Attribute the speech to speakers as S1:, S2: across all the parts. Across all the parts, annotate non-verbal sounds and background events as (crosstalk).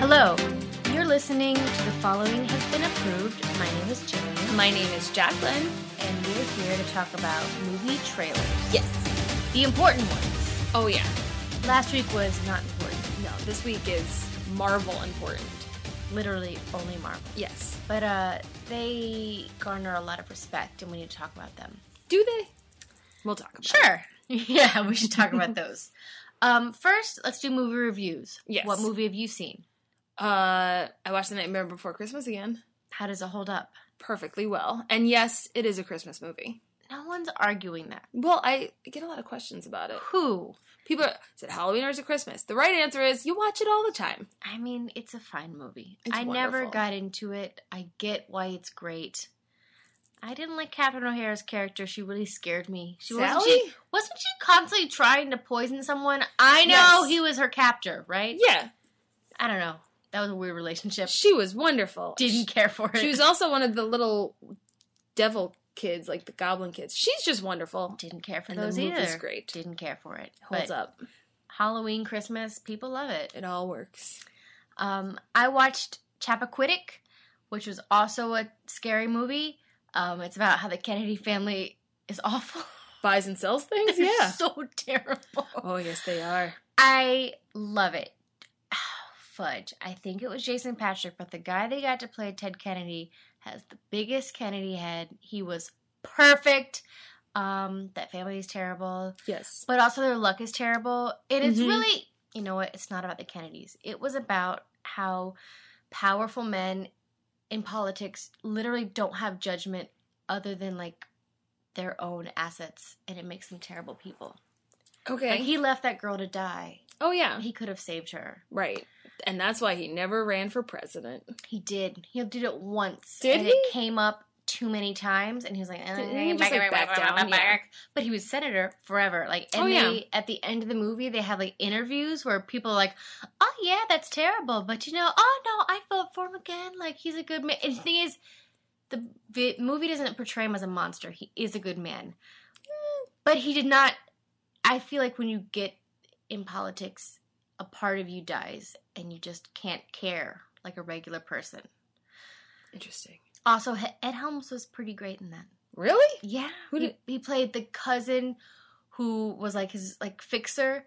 S1: Hello. You're listening to The Following Has Been Approved. My name is Jane,
S2: My name is Jacqueline.
S1: and we're here to talk about movie trailers.
S2: Yes.
S1: The important ones.
S2: Oh, yeah.
S1: Last week was not important.
S2: No, this week is Marvel important.
S1: Literally only Marvel.
S2: Yes.
S1: But uh, they garner a lot of respect, and we need to talk about them.
S2: Do they? We'll talk about it.
S1: Sure. (laughs) yeah, we should talk about those. Um, first, let's do movie reviews.
S2: Yes.
S1: What movie have you seen?
S2: Uh, I watched The Nightmare Before Christmas again.
S1: How does it hold up?
S2: Perfectly well. And yes, it is a Christmas movie.
S1: No one's arguing that.
S2: Well, I get a lot of questions about it.
S1: Who?
S2: People are, is it Halloween or is it Christmas? The right answer is you watch it all the time.
S1: I mean, it's a fine movie.
S2: It's
S1: I never
S2: wonderful.
S1: got into it. I get why it's great. I didn't like Catherine O'Hara's character. She really scared me. She wasn't
S2: Sally?
S1: she, wasn't she constantly trying to poison someone? I know
S2: Yes.
S1: he was her captor, right?
S2: Yeah,
S1: I don't know. That was a weird relationship.
S2: she was wonderful.
S1: Didn't care for it.
S2: She was also one of the little devil kids, like the goblin kids. She's just wonderful.
S1: didn't care for
S2: And
S1: those
S2: the movie's
S1: either.
S2: great.
S1: Didn't care for it.
S2: Holds
S1: but
S2: up.
S1: Halloween, Christmas, people love it.
S2: It all works.
S1: Um, I watched Chappaquiddick, which was also a scary movie. Um, it's about how the Kennedy family is awful. (laughs)
S2: Buys and sells (laughs) things?
S1: They're
S2: Yeah.
S1: so terrible.
S2: Oh, yes, they are.
S1: I love it. (sighs) Fudge. I think it was Jason Patrick, but the guy they got to play Ted Kennedy has the biggest Kennedy head. He was perfect. Um, that family is terrible.
S2: Yes.
S1: But also their luck is terrible. And it's
S2: Mhm.
S1: really, you know what? It's not about the Kennedys. It was about how powerful men in politics literally don't have judgment other than like their own assets, and it makes them terrible people.
S2: Okay.
S1: Like he left that girl to die.
S2: oh, yeah.
S1: He could have saved her.
S2: Right. And that's why he never ran for president.
S1: He did. He did it once.
S2: Did
S1: and
S2: he?
S1: It came up too many times, and he was like, eh,
S2: Didn't he just,
S1: back, back,
S2: like, back
S1: back,
S2: down?
S1: back,
S2: Yeah.
S1: back. But he was senator forever. Like, and
S2: Oh, yeah.
S1: they, at the end of the movie, they have like interviews where people are like, "Oh yeah, that's terrible," but you know, "Oh no, I vote for him again." Like he's a good man. And the thing is, the vi- movie doesn't portray him as a monster. He is a good man, but he did not. I feel like when you get in politics, a part of you dies, and you just can't care like a regular person.
S2: Interesting.
S1: Also, H- Ed Helms was pretty great in that.
S2: Really?
S1: Yeah,
S2: Who
S1: he-
S2: did-
S1: he, played the cousin who was like his like fixer,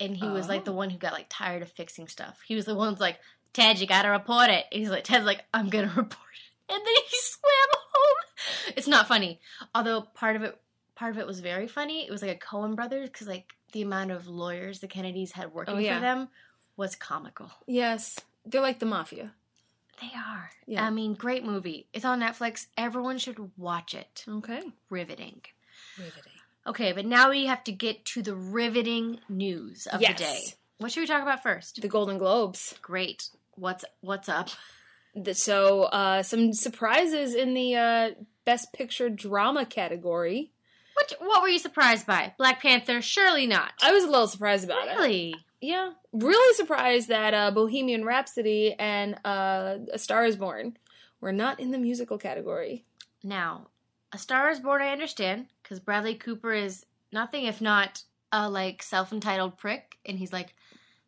S1: and he was like
S2: Oh.
S1: the one who got like tired of fixing stuff. He was the one who's like, Ted, you gotta report it. And he's like, Ted's like, I'm gonna (laughs) report it, and then he (laughs) swam home. It's not funny, although part of it part of it was very funny. It was like a Cohen brothers because like the amount of lawyers the Kennedys had working
S2: Oh, yeah.
S1: for them was comical.
S2: Yes. They're like the mafia.
S1: They are.
S2: Yeah.
S1: I mean, great movie. It's on Netflix. Everyone should watch it.
S2: Um, Okay.
S1: Riveting.
S2: Riveting.
S1: Okay, but now we have to get to the riveting news of
S2: Yes.
S1: the day. What should we talk about first?
S2: The Golden Globes.
S1: Great. What's what's up?
S2: The- So, uh, some surprises in the uh, Best Picture Drama category.
S1: What what were you surprised by? Black Panther? Surely not.
S2: I was a little surprised about it.
S1: really?
S2: Yeah, really surprised that uh, Bohemian Rhapsody and uh, A Star Is Born were not in the musical category.
S1: Now, A Star Is Born. I understand because Bradley Cooper is nothing if not a like self entitled prick, and he's like,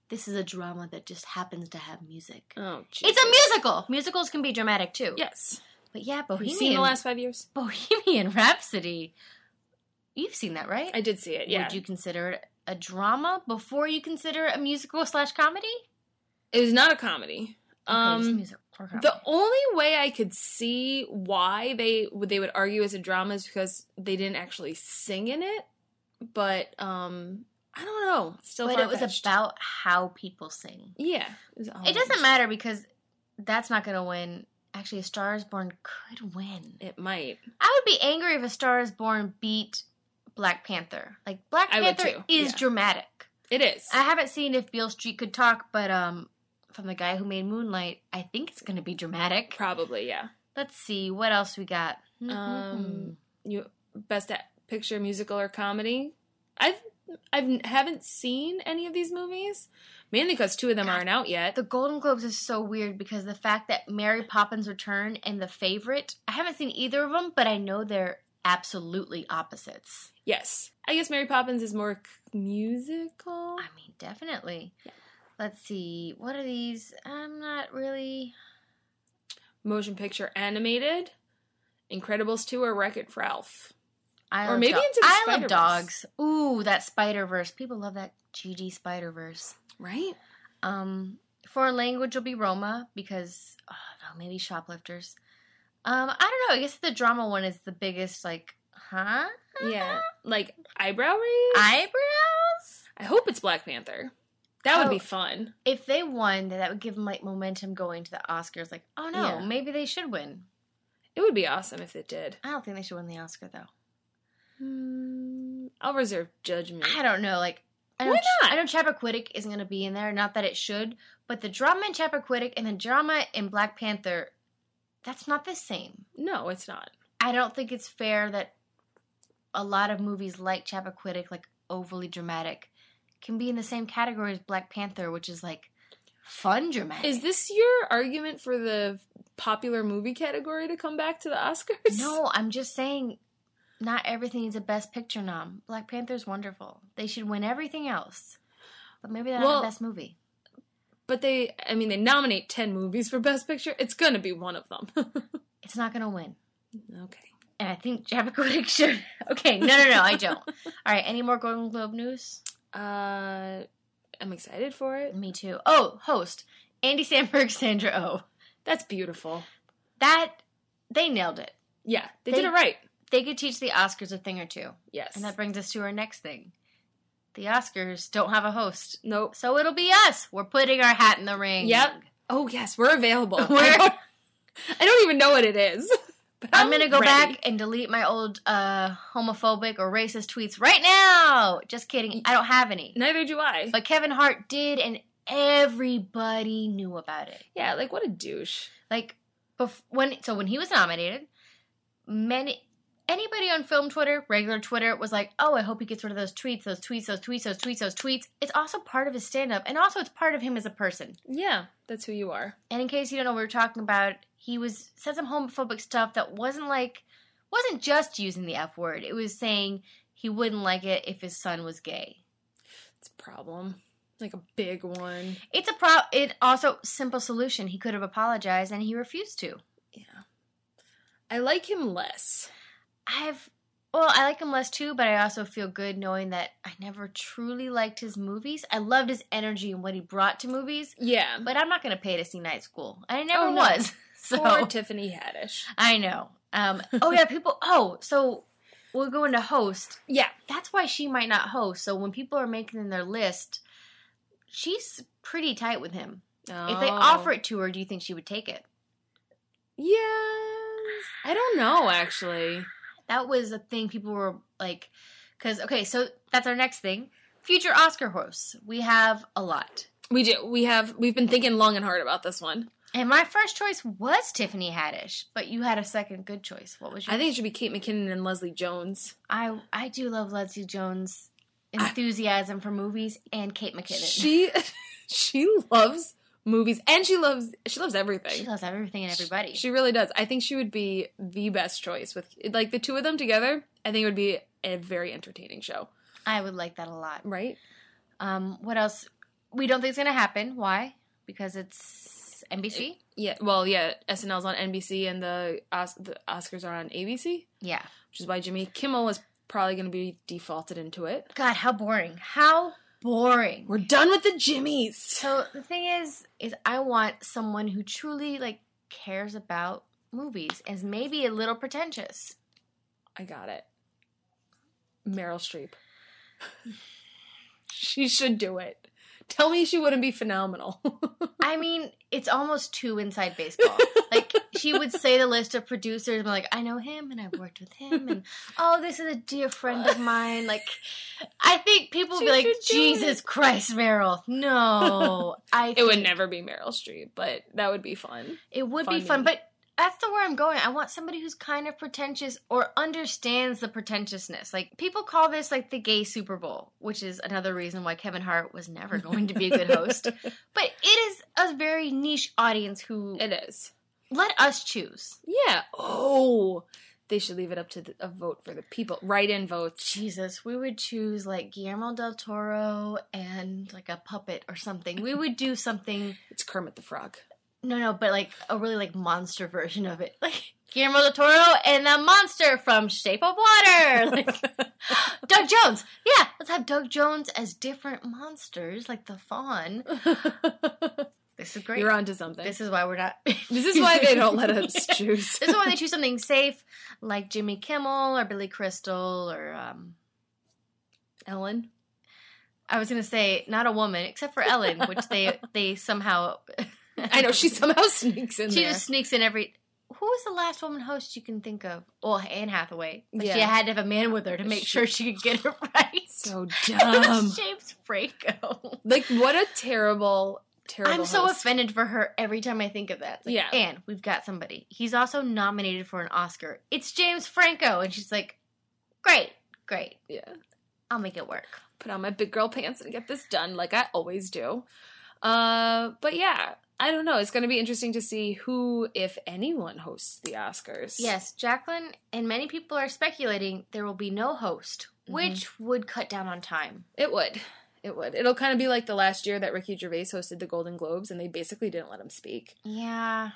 S1: this is a drama that just happens to have music.
S2: Oh,
S1: It's a musical. Musicals can be dramatic too.
S2: yes.
S1: But yeah,
S2: Have
S1: Bohemian.
S2: you seen the last five years?
S1: Bohemian (laughs) Rhapsody. You've seen that, right?
S2: I did see it. Yeah,
S1: Would you consider it a drama before you consider it a musical slash comedy?
S2: it was not a comedy.
S1: okay, just
S2: Um,
S1: musical or comedy.
S2: the only way I could see why they they would argue as a drama is because they didn't actually sing in it. But um, I don't know. It's Still,
S1: but it was
S2: far-fetched. Oh,
S1: about how people sing.
S2: yeah. It, was all
S1: It doesn't
S2: about-
S1: matter because that's not going to win. Actually, A Star Is Born could win.
S2: It might.
S1: I would be angry if A Star Is Born beat Black Panther. Like Black
S2: I would
S1: Panther
S2: too,
S1: is
S2: yeah.
S1: dramatic.
S2: It is.
S1: I haven't seen if Beale Street could talk, but um, from the guy who made Moonlight, I think it's going to be dramatic.
S2: Probably. Yeah.
S1: Let's see what else we got.
S2: Um, you best at picture musical or comedy i've i've haven't seen any of these movies mainly because two of them aren't out yet
S1: The Golden Globes is so weird because the fact that Mary Poppins Return and The Favorite, I haven't seen either of them, but I know they're absolutely opposites.
S2: yes i guess mary poppins is more c- musical
S1: I mean, definitely. Let's see. What are these? I'm not really.
S2: Motion picture animated, Incredibles 2 or Wreck It Ralph.
S1: I
S2: Or
S1: love
S2: maybe
S1: dog-
S2: Into the
S1: I love
S2: Spider-Verse.
S1: dogs. Ooh, that Spider Verse. People love that GG Spider Verse.
S2: Right?
S1: Um, foreign language will be Roma because oh no, maybe shoplifters. Um, I don't know. I guess the drama one is the biggest. Like, huh?
S2: Yeah. Like eyebrow raise?
S1: Eyebrows.
S2: I hope it's Black Panther. That would
S1: Oh.
S2: be fun.
S1: If they won, then that would give them like momentum going to the Oscars. Like, oh no,
S2: Yeah.
S1: maybe they should win.
S2: It would be awesome if it did.
S1: I don't think they should win the Oscar though.
S2: Hmm, I'll reserve judgment.
S1: I don't know. Like, I know,
S2: Why not?
S1: I know Chappaquiddick isn't going to be in there. Not that it should, but the drama in Chappaquiddick and the drama in Black Panther, that's not the same.
S2: No, it's not.
S1: I don't think it's fair that a lot of movies like Chappaquiddick, like overly dramatic, can be in the same category as Black Panther, which is like fun dramatic.
S2: Is this your argument for the popular movie category to come back to the Oscars?
S1: No, I'm just saying. Not everything is a Best Picture nom. Black Panther's wonderful. They should win everything else, but maybe they're not
S2: Well,
S1: the best movie.
S2: But they, I mean, they nominate 10 movies for Best Picture. It's going to be one of them. (laughs)
S1: It's not going to win.
S2: okay.
S1: And I think (laughs) Chappaquiddick should. Okay, no, no, no, I don't.
S2: (laughs)
S1: All right, any more Golden Globe news?
S2: Uh, I'm excited for it.
S1: Me too. Oh, host Andy Samberg, (laughs) Sandra Oh.
S2: That's beautiful.
S1: That they nailed it.
S2: Yeah, they,
S1: They-
S2: did it right.
S1: They could teach the Oscars a thing or two.
S2: Yes.
S1: And that brings us to our next thing. The Oscars don't have a host.
S2: nope.
S1: So it'll be us. We're putting our hat in the ring.
S2: Yep. Oh, yes, (laughs) we're available.
S1: (laughs) We're-
S2: I, don't, I don't even know what it is. (laughs) But
S1: I'm, gonna go
S2: ready.
S1: back and delete my old uh, homophobic or racist tweets right now. Just kidding. I don't have any.
S2: Neither do I.
S1: But Kevin Hart did, and everybody knew about it.
S2: yeah, like what a douche.
S1: Like, bef- when so when he was nominated, many anybody on film Twitter, regular Twitter, was like, "Oh, I hope he gets rid of those tweets, those tweets, those tweets, those tweets, those tweets." It's also part of his stand-up, and also it's part of him as a person.
S2: Yeah, that's who you are.
S1: And in case you don't know what we're talking about, he was said some homophobic stuff that wasn't like wasn't just using the F word. It was saying he wouldn't like it if his son was gay.
S2: It's a problem. Like a big one.
S1: It's a pro. It also simple solution. He could have apologized, and he refused to.
S2: Yeah. I like him less.
S1: I've well, I like him less too, but I also feel good knowing that I never truly liked his movies. I loved his energy and what he brought to movies,
S2: Yeah.
S1: but I'm not going to pay to see Night School. I never
S2: Oh, no.
S1: was. (laughs) So
S2: Poor Tiffany Haddish.
S1: I know. Um, oh yeah, people. Oh, so we're going to host.
S2: Yeah.
S1: That's why she might not host. So when people are making their list, she's pretty tight with him. If
S2: Oh.
S1: they offer it to her, do you think she would take it?
S2: Yes. I don't know, actually.
S1: That was a thing people were like, because okay, so that's our next thing. Future Oscar hosts. We have a lot,
S2: We do. We have. We've been thinking long and hard about this one.
S1: and my first choice was Tiffany Haddish, but you had a second good choice. What was your?
S2: I think it should be Kate McKinnon and Leslie Jones.
S1: I I do love Leslie Jones' enthusiasm for movies and Kate McKinnon.
S2: She (laughs) she loves movies and she loves she loves everything.
S1: she loves everything and everybody.
S2: She really does. I think she would be the best choice with like the two of them together. I think it would be a very entertaining show,
S1: I would like that a lot.
S2: right?
S1: Um, what else? We don't think it's gonna happen. Why? Because it's NBC.
S2: Yeah. Well, yeah. SNL's on NBC and the Os- the Oscars are on ABC,
S1: Yeah.
S2: which is why Jimmy Kimmel is probably going to be defaulted into it.
S1: God, how boring. How boring.
S2: We're done with the Jimmys.
S1: So the thing is, is I want someone who truly like cares about movies and is maybe a little pretentious.
S2: I got it. Meryl Streep. (laughs) she should do it. Tell me she wouldn't be phenomenal. (laughs)
S1: I mean, it's almost too inside baseball. Like she would say the list of producers and be like, I know him and I've worked with him and oh, this is a dear friend of mine. Like I think people would
S2: She
S1: be like,
S2: should do
S1: Jesus Christ, Meryl. No. I
S2: it would
S1: think-
S2: never be Meryl Streep, but that would be fun.
S1: It would be
S2: Fun
S1: fun,
S2: and-
S1: but that's the where I'm going. I want somebody who's kind of pretentious or understands the pretentiousness. Like people call this like the gay Super Bowl, which is another reason why Kevin Hart was never going to be a good
S2: (laughs)
S1: host. But it is a very niche audience who
S2: It is.
S1: let us choose.
S2: Yeah. Oh, They should leave it up to the, a vote for the people. Write in votes.
S1: Jesus, we would choose like Guillermo del Toro and like a puppet or something. We would do something.
S2: It's Kermit the Frog. (laughs)
S1: No, no, but like a really like monster version of it, (laughs) like Guillermo del Toro and the monster from Shape of Water,
S2: (laughs)
S1: like Doug Jones. Yeah, let's have Doug Jones as different monsters, like the fawn. This is great.
S2: You're onto something.
S1: This is why we're not. (laughs)
S2: This is why they don't let us
S1: Yeah. (laughs)
S2: choose.
S1: This is why they choose something safe, like Jimmy Kimmel or Billy Crystal or um.
S2: Ellen.
S1: I was gonna say not a woman, except for Ellen, which
S2: (laughs)
S1: they they somehow.
S2: I
S1: (laughs)
S2: know she somehow sneaks in
S1: she
S2: there.
S1: just sneaks in every. Who was the last woman host you can think of? Well, Anne Hathaway. But She
S2: Yeah.
S1: had to have a man with her to make
S2: She-
S1: sure she could get
S2: (laughs)
S1: it right. (laughs)
S2: so Um,
S1: It
S2: dumb.
S1: was James Franco.
S2: like what a terrible, terrible.
S1: I'm so
S2: host.
S1: offended for her every time I think of that. It's like,
S2: Yeah.
S1: Anne, we've got somebody. He's also nominated for an Oscar. It's James Franco, and she's like, "Great, great,
S2: Yeah.
S1: I'll make it work."
S2: Put on my big girl pants and get this done, like I always do. Uh, but yeah, I don't know. It's going to be interesting to see who, if anyone, hosts the Oscars.
S1: Yes, Jacqueline and many people are speculating there will be no host,
S2: Mhm.
S1: which would cut down on time.
S2: It would. It would. It'll kind of be like the last year that Ricky Gervais hosted the Golden Globes and they basically didn't let him speak.
S1: Yeah.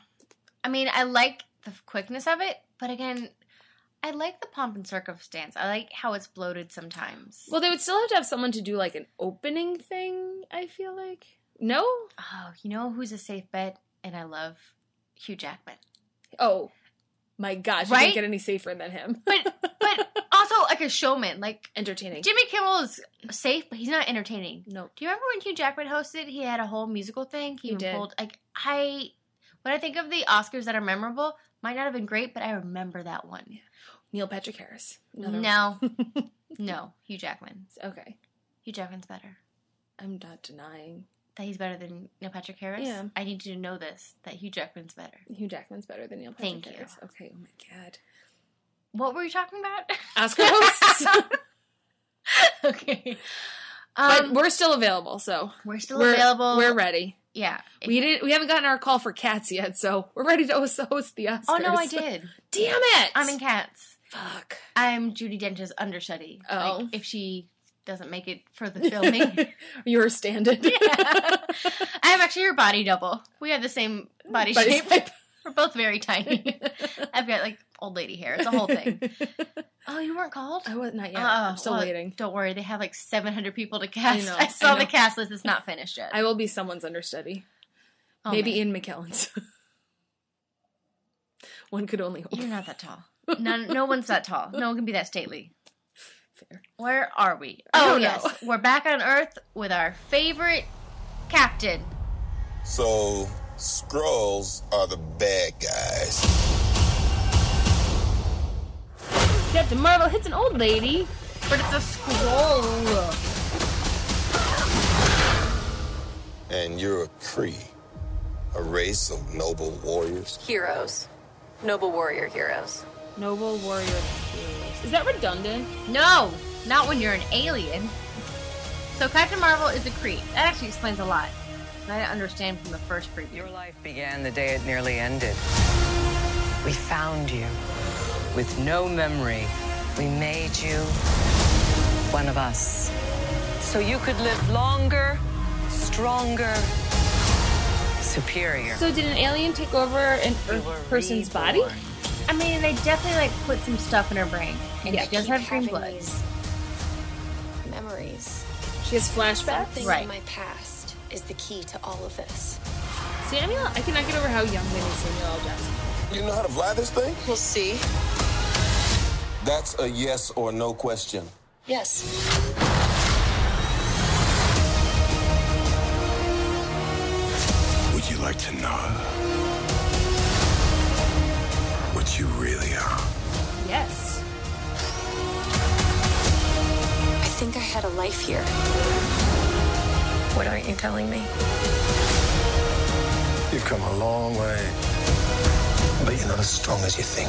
S1: I mean, I like the quickness of it, but again, I like the pomp and circumstance. I like how it's bloated sometimes.
S2: Well, they would still have to have someone to do like an opening thing, I feel like. No?
S1: oh, you know who's a safe bet? And I love Hugh (laughs) Jackman.
S2: Oh. My gosh, you
S1: Right?
S2: can't get any safer than him. (laughs)
S1: But also like a showman. Like
S2: Entertaining.
S1: Jimmy Kimmel is safe, but he's not entertaining.
S2: no.
S1: Do you remember when Hugh Jackman hosted? He had a whole musical thing.
S2: He
S1: even
S2: did.
S1: pulled- like I when I think of the Oscars that are memorable, might not have been great, but I remember that one.
S2: Neil Patrick Harris. Another
S1: No, (laughs)
S2: (laughs)
S1: no, Hugh Jackman.
S2: Okay.
S1: Hugh Jackman's better.
S2: I'm not denying
S1: That he's better than Neil Patrick Harris.
S2: Yeah.
S1: I need you to know this. That Hugh Jackman's better.
S2: Hugh Jackman's better than Neil Patrick
S1: Thank you.
S2: Harris. Okay, oh my god.
S1: What were you talking about? (laughs)
S2: Oscar hosts.
S1: okay.
S2: but
S1: Um,
S2: we're still available, so
S1: we're, still
S2: we're,
S1: available.
S2: We're ready.
S1: yeah.
S2: We didn't. We haven't gotten our call for cats yet, so we're ready to host host the Oscars.
S1: oh no, I
S2: (laughs)
S1: did.
S2: Damn it!
S1: I'm in cats.
S2: fuck.
S1: I'm Judy Dench's understudy.
S2: Oh.
S1: Like, if she doesn't make it for
S2: (laughs)
S1: the filming.
S2: you were standing. (laughs)
S1: Yeah. I'm actually her body double. We have the same body, shape. We're both very tiny. (laughs) I've got like old lady hair. It's a whole thing. (laughs) Oh, you weren't called?
S2: (laughs) I was not yet.
S1: Oh,
S2: I'm still
S1: well,
S2: waiting.
S1: Don't worry, they have like 700 people to cast. I,
S2: know, I
S1: saw the
S2: know.
S1: cast list; it's not finished yet.
S2: I will be someone's understudy.
S1: Oh,
S2: Maybe
S1: (laughs) man.
S2: Ian McKellen's. (laughs) One could only hope.
S1: you're not that (laughs) tall. None, no one's that tall. No one can be that stately.
S2: Fair.
S1: Where are we?
S2: I
S1: Oh
S2: don't know.
S1: yes, (laughs) we're back on Earth with our favorite captain.
S3: So, Skrulls are the bad guys.
S2: Captain Marvel hits an old lady.
S1: But it's a scroll.
S3: And you're a Cree, a race of noble warriors.
S4: heroes, noble warrior heroes.
S2: Noble warrior. heroes. Is that redundant?
S1: No, not when you're an alien. So Captain Marvel is a Cree. That actually explains a lot. And I didn't understand from the first preview.
S5: Your life began the day it nearly ended. We found you. With no memory, we made you one of us. So you could live longer, stronger, superior.
S2: So did an alien take over an
S5: You
S2: Earth
S5: were
S2: person's body?
S5: reborn.
S1: I mean, they definitely like put some stuff in her brain, and
S2: Yeah.
S1: she does have green
S6: having
S1: blood.
S6: these memories.
S2: She has flashbacks.
S6: Something
S1: Right.
S6: in my past is the key to all of this.
S2: Samuel, I cannot get over how young they made Samuel L. Jackson.
S3: You know how to fly this thing?
S4: We'll see.
S3: That's a yes or no question.
S6: Yes.
S7: Would you like to know what you really are?
S2: Yes.
S6: I think I had a life here.
S4: What aren't you telling me?
S7: You've come a long way, but you're not as strong as you think.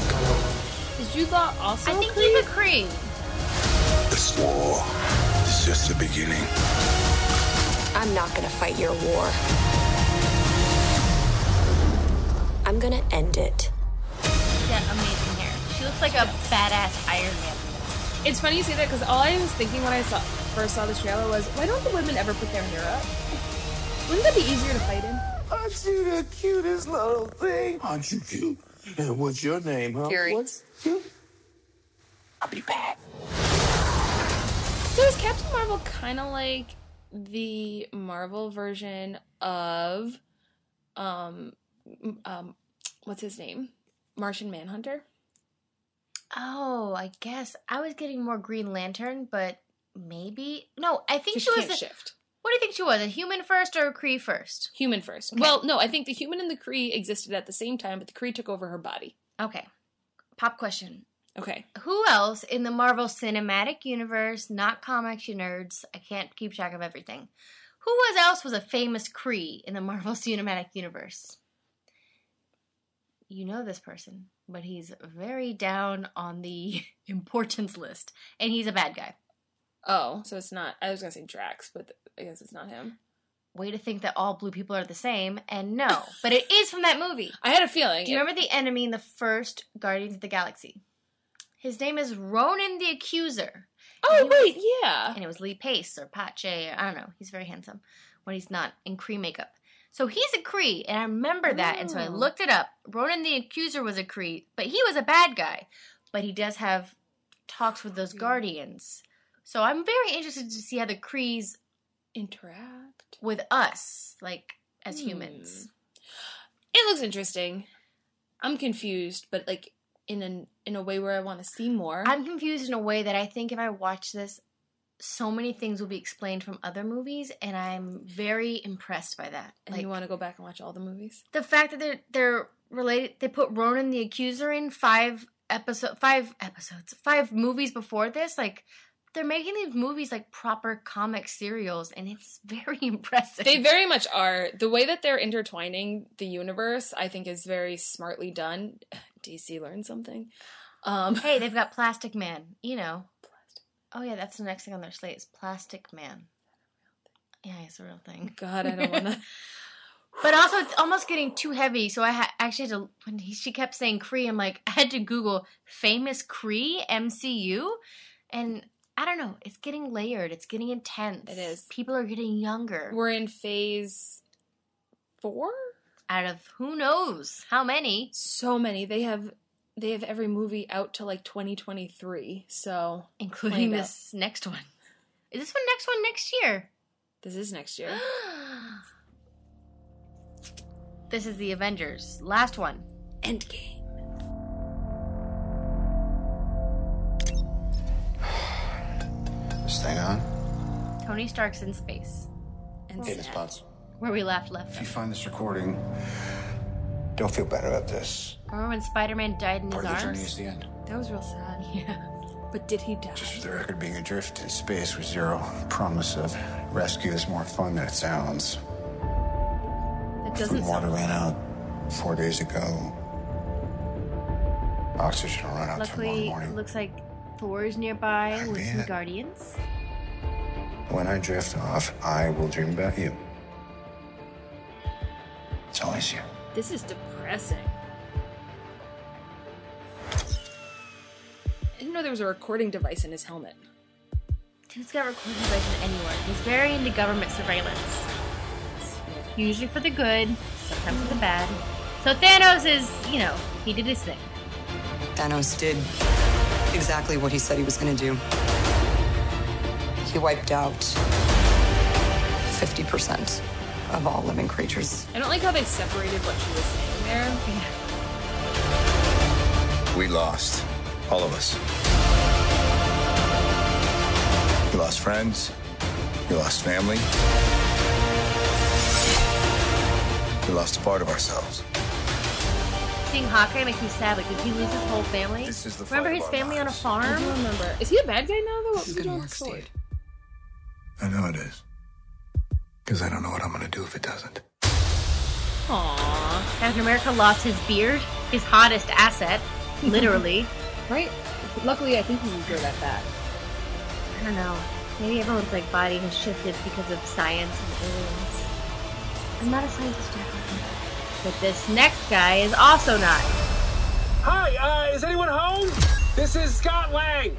S2: Is Jude Law also
S1: I think
S2: Cree?
S1: he's a Cree.
S7: This war is just the beginning.
S6: I'm not gonna fight your war. I'm gonna end it.
S1: She's got amazing hair. She looks like a badass Iron Man.
S2: It's funny you say that because all I was thinking when I saw first saw the trailer was, why don't the women ever put their hair up? Wouldn't that be easier to fight in?
S8: Aren't you the cutest little thing? Aren't you cute? And what's your name, huh?
S4: Fury.
S8: What's you? I'll be back.
S2: So is Captain Marvel kind of like the Marvel version of, um, um, what's his name, Martian Manhunter?
S1: Oh, I guess I was getting more Green Lantern, but maybe no. I think she was.
S2: can't
S1: a-
S2: shift.
S1: what do you think she was? A human first or a Cree first?
S2: Human first. Well, no, I think the human and the Kree existed at the same time, but the Kree took over her body.
S1: Okay. Pop question:
S2: Okay.
S1: Who else in the Marvel Cinematic Universe, not comics, you nerds? I can't keep track of everything. Who was else was a famous Cree in the Marvel (laughs) Cinematic Universe? You know this person, but he's very down on the (laughs) importance list, and he's a bad guy.
S2: Oh, so it's not. I was gonna say Drax, but I guess it's not him.
S1: way to think that all blue people are the same, and no, but it is from that movie.
S2: I had a feeling.
S1: Do you remember the enemy in the first Guardians of the Galaxy? His name is Ronan the Accuser,
S2: oh
S1: you-
S2: wait, yeah.
S1: and it was Lee Pace or Pache, or I don't know. He's very handsome when he's not in Cree makeup. So he's a Cree, and I remember that, and so I
S2: Oh.
S1: looked it up. Ronan the Accuser was a Cree, but he was a bad guy. But he does have talks with those Guardians. So I'm very interested to see how the Crees
S2: Interact.
S1: with us, like as
S2: Hmm.
S1: humans.
S2: It looks interesting. I'm confused, but like in an in a way where I want to see more.
S1: I'm confused in a way that I think if I watch this, so many things will be explained from other movies, and I'm very impressed by that.
S2: and
S1: like
S2: you want to go back and watch all the movies?
S1: the fact that they're they're related. They put Ronan the Accuser in five episode, five episodes, five movies before this. Like they're making these movies like proper comic serials, and it's very (laughs) impressive.
S2: They very much are. The way that they're intertwining the universe, I think, is very smartly done. (sighs) DC learned something. Um, (laughs)
S1: hey, they've got Plastic Man. You know. Oh yeah, that's the next thing on their slate is Plastic Man. Yeah, it's a real thing.
S2: God, I don't want
S1: (laughs)
S2: to.
S1: But also, it's almost getting too heavy. So I ha- actually had to. When he, she kept saying Cree, I'm like, I had to Google famous Cree MCU, and I don't know. It's getting layered. It's getting intense.
S2: It is.
S1: People are getting younger.
S2: We're in phase four.
S1: out of who knows how many.
S2: So many. They have they have every movie out to like 2023. So
S1: Including
S2: Lined up.
S1: this next one. Is this one next one next year? (gasps)
S2: this is next year.
S1: This is the Avengers. Last one.
S2: Endgame.
S7: This thing on?
S1: Tony Stark's in space.
S2: And
S7: Hey, Miss Potts.
S1: Where we left left.
S7: If you find this recording, don't feel better about this.
S1: Remember when Spider-Man died in his
S7: Part of the journey is
S1: arms?
S7: the end.
S2: that was real sad.
S1: (laughs) Yeah.
S2: But did he die?
S7: Just for the record, being adrift in space with zero promise of rescue is more fun than it sounds.
S1: That
S7: From
S1: doesn't
S7: water
S1: sound.
S7: ran out four days ago. Oxygen will run out tomorrow
S1: Luckily, it
S7: morning.
S1: looks like Thor's nearby
S7: I
S1: with some
S7: bet.
S1: guardians.
S7: When I drift off, I will dream about you. It's always you.
S2: This is depressing. I didn't know there was a recording device in his helmet.
S1: Dude's got recording devices anywhere. He's very into government surveillance. Usually for the good, sometimes for the bad. So Thanos is, you know, he did his thing.
S5: Thanos did exactly what he said he was going to do. He wiped out 50% of all living creatures.
S2: I don't like how they separated what she was saying there.
S7: We lost. All of us. You lost friends. You lost family. We lost a part of ourselves.
S1: Seeing Hawkeye makes me sad. Like, did he lose his whole family?
S7: This is the
S1: Remember
S7: fight
S1: his
S7: of our
S1: family on a
S7: lives.
S2: I
S1: farm?
S2: don't remember. Is he a bad guy now though? What was
S5: This is
S2: he
S5: going
S2: doing with
S5: to work,
S2: the sword?
S5: Steve.
S7: I know it is. Because I don't know what I'm going to do if it doesn't.
S2: Aww.
S1: Captain America lost his beard, his hottest asset, literally.
S2: Right? Luckily I think he was good at that.
S1: I don't know. Maybe everyone's like body has shifted because of science and aliens. I'm not a scientist, Jacqueline. But this next guy is also not.
S9: Hi, uh, is anyone home? This is Scott Lang.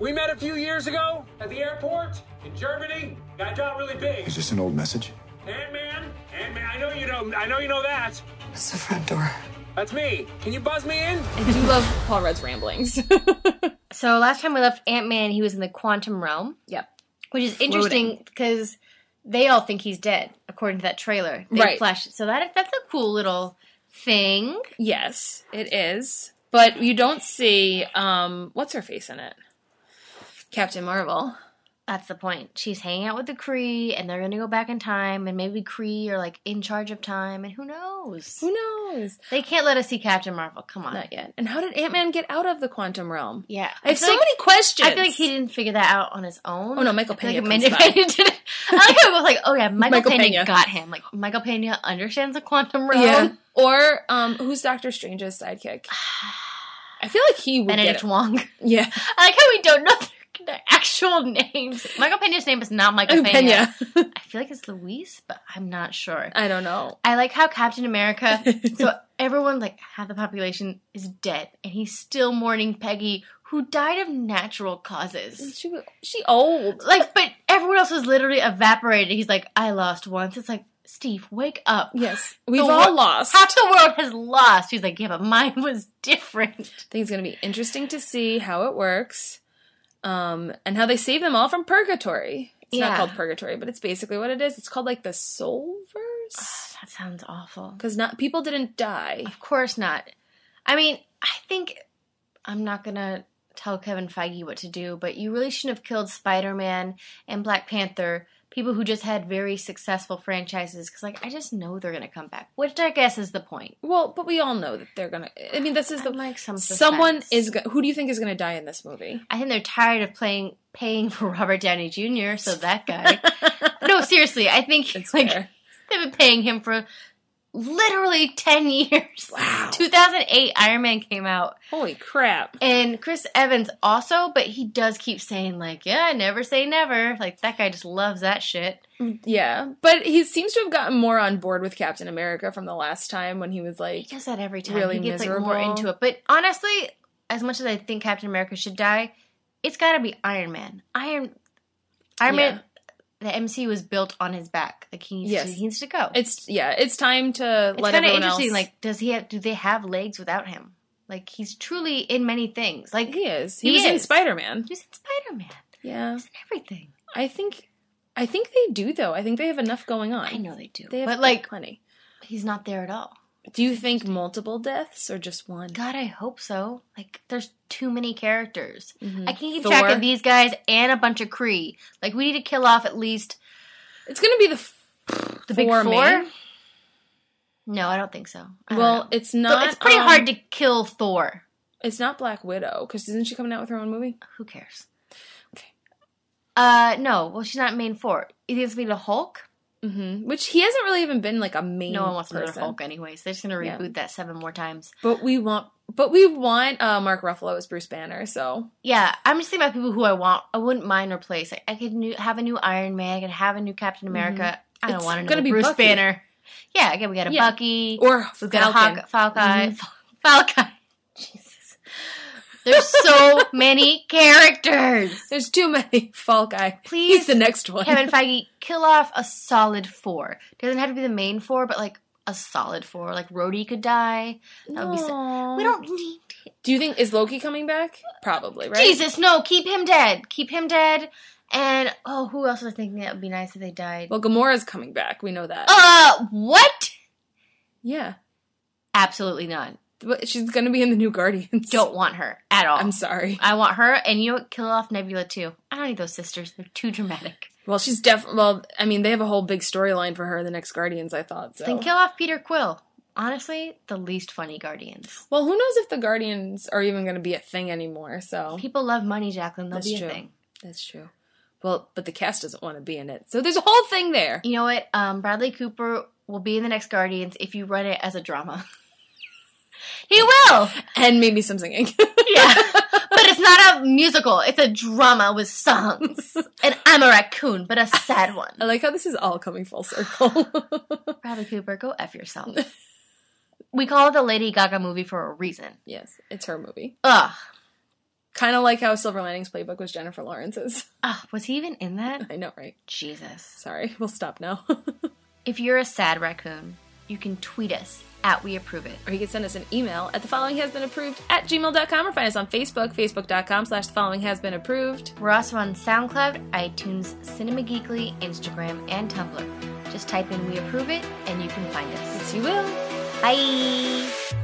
S9: We met a few years ago at the airport in Germany. I got really big.
S7: Is this an old message?
S9: Ant-Man, Ant-Man. I know you know. I know you know that.
S5: It's the front door.
S9: That's me. Can you buzz me in?
S1: (laughs)
S2: I do love Paul Rudd's ramblings.
S1: So last time we left Ant Man, he was in the quantum realm,
S2: yep.
S1: which is interesting because they all think he's dead, according to that trailer. They
S2: Right.
S1: Flash. So that that's a cool little thing.
S2: Yes, it is. But you don't see um what's her face in it? Captain Marvel.
S1: That's the point. She's hanging out with the Kree, and they're gonna go back in time, and maybe Kree are like in charge of time, and who knows?
S2: Who knows?
S1: They can't let us see Captain Marvel. Come on.
S2: Not yet. And how did Ant Man get out of the quantum realm?
S1: Yeah.
S2: I have
S1: feel
S2: so
S1: like-
S2: many questions.
S1: I feel like he didn't figure that out on his own.
S2: Oh, no, Michael
S1: I feel
S2: Pena
S1: Like Michael
S2: comes by.
S1: Pena did it. I like how it was like, oh yeah, Michael,
S2: Michael
S1: Pena,
S2: Pena.
S1: got him. Like Michael Pena understands the quantum realm.
S2: Yeah. Or um, who's Doctor Strange's sidekick? I feel like he would
S1: Benedict
S2: get it.
S1: Wong.
S2: Yeah,
S1: I like how we don't know their, their actual names. Michael Pena's name is not Michael Pena.
S2: Pena.
S1: I feel like it's Luis, but I'm not sure.
S2: I don't know.
S1: I like how Captain (laughs) America. so everyone, like half the population, is dead, and he's still mourning Peggy, who died of natural causes.
S2: She was- she old.
S1: Like, but everyone else was literally evaporated. He's like, I lost once. It's like, Steve, wake up.
S2: Yes, we've
S1: The
S2: all
S1: wor-
S2: lost.
S1: Half the world has lost. He's like, yeah, but mine was different.
S2: I think it's going to be interesting to see how it works, um, and how they save them all from purgatory. It's
S1: Yeah.
S2: not called purgatory, but it's basically what it is. It's called like the soul verse
S1: That sounds awful.
S2: because not people didn't die.
S1: Of course not. I mean, I think I'm not gonna tell Kevin Feige what to do, but you really shouldn't have killed Spider Man and Black Panther, people who just had very successful franchises, because like I just know they're gonna come back, which I guess is the point.
S2: Well, but we all know that they're gonna. I mean, this is the
S1: I'd like some
S2: someone
S1: suspense.
S2: is. Go- who do you think is gonna die in this movie?
S1: I think they're tired of playing paying for (laughs) Robert Downey Jr. So that
S2: (laughs)
S1: guy. no, seriously, I think
S2: It's
S1: like
S2: fair.
S1: they've been paying him for literally ten years.
S2: Wow.
S1: 2008, Iron Man came out.
S2: Holy crap!
S1: And Chris Evans also, but he does keep saying like, "Yeah, never say never." Like that guy just loves that shit.
S2: Yeah, but he seems to have gotten more on board with Captain America from the last time when he was
S1: He
S2: like,
S1: does that every time.
S2: Really
S1: he gets like more
S2: miserable.
S1: into it. But honestly, as much as I think Captain America should die, it's got to be Iron Man. Iron Iron Man. The MCU was built on his back. Like he needs
S2: Yes.
S1: to, he needs to go.
S2: "It's yeah, it's time to
S1: it's
S2: let
S1: kind of
S2: everyone
S1: interesting.
S2: else."
S1: Like, does he have? Do they have legs without him? Like he's truly in many things. Like
S2: he is. He,
S1: He
S2: was in
S1: is.
S2: Spider Man.
S1: he's in Spider Man.
S2: Yeah,
S1: He's in everything.
S2: I think, I think they do though. I think they have enough going on.
S1: I know they do,
S2: they have
S1: but like
S2: plenty.
S1: he's not there at all.
S2: Do you think multiple deaths or just one?
S1: God, I hope so. Like, there's too many characters. I can't keep
S2: Mm-hmm. Thor.
S1: track of these guys and a bunch of Kree. Like, we need to kill off at least
S2: It's gonna be the f-
S1: the big
S2: Four
S1: four.
S2: main?
S1: No, I don't think so. I don't
S2: well.
S1: know.
S2: It's
S1: Though
S2: not.
S1: it's pretty
S2: um,
S1: hard to kill Thor.
S2: It's not Black Widow because isn't she coming out with her own movie?
S1: Who cares?
S2: Okay.
S1: Uh, no. Well, she's not main four. It has to be the Hulk.
S2: Mm-hmm. Which he hasn't really even been like a main.
S1: No one wants another
S2: person.
S1: Hulk, anyways. They're just gonna
S2: Yeah.
S1: reboot that seven more times.
S2: But we want, but we want uh, Mark Ruffalo as Bruce Banner. So
S1: Yeah, I'm just thinking about people who I want. I wouldn't mind replace. Like, I could new, have a new Iron Man. I could have a new Captain America. I don't
S2: Mm-hmm. It's
S1: want to
S2: gonna
S1: be
S2: be
S1: Bruce
S2: Bucky.
S1: Banner. Yeah, again, we got a
S2: Yeah.
S1: Bucky.
S2: or
S1: we got
S2: Falcon.
S1: a
S2: Mm-hmm.
S1: Hawk, Falcon. (laughs) Falcon. Jesus, there's so
S2: (laughs)
S1: many characters.
S2: There's too many (laughs) Fall Guy.
S1: Please,
S2: He's the next one.
S1: Kevin Feige, kill off a solid four. Doesn't have to be the main four, but like a solid four. Like Rhodey could die. That would be. Sad.
S2: Aw.
S1: We don't need
S2: Do you think is Loki coming back? Probably, right?
S1: Jesus, no, keep him dead. Keep him dead. And oh, who else was I thinking that would be nice if they died?
S2: Well, Gamora's coming back. We know that.
S1: Uh, what?
S2: Yeah,
S1: Absolutely not.
S2: but she's gonna be in the new Guardians. (laughs)
S1: Don't want her at all.
S2: I'm sorry.
S1: I want her, and you know what? kill off Nebula too. I don't need those sisters. They're too dramatic.
S2: Well, she's def. Well, I mean, they have a whole big storyline for her in the next Guardians. I thought so.
S1: Then kill off Peter Quill. Honestly, the least funny Guardians.
S2: Well, who knows if the Guardians are even going to be a thing anymore? So
S1: People love money, Jacqueline. They'll
S2: That's
S1: be a
S2: true.
S1: thing.
S2: that's true. Well, but the cast doesn't want to be in it, so there's a whole thing there.
S1: You know what? Um, Bradley Cooper will be in the next Guardians if you run it as a drama. (laughs) he will.
S2: and maybe some singing. (laughs)
S1: (laughs) Yeah. but it's not a musical. It's a drama with (laughs) songs. and I'm a raccoon, but a sad one.
S2: I like how this is all coming full circle.
S1: Bradley Cooper, go F yourself. (laughs) we call it a Lady Gaga movie for a reason.
S2: (laughs) Yes, it's her movie.
S1: Ugh.
S2: Kind of like how Silver Linings Playbook was Jennifer Lawrence's. (laughs)
S1: Ugh. Was he even in that?
S2: I know, right?
S1: (laughs) Jesus.
S2: Sorry, (laughs) we'll stop now.
S1: If you're a sad raccoon, you can tweet us at We Approve It.
S2: or you can send us an email at the following has been approved at gmail.com or find us on Facebook, facebook.com slash the following has been approved.
S1: We're also on SoundCloud, iTunes, Cinema Geekly, Instagram, and Tumblr. Just type in We Approve It and you can find us.
S2: Yes, you will.
S1: Bye!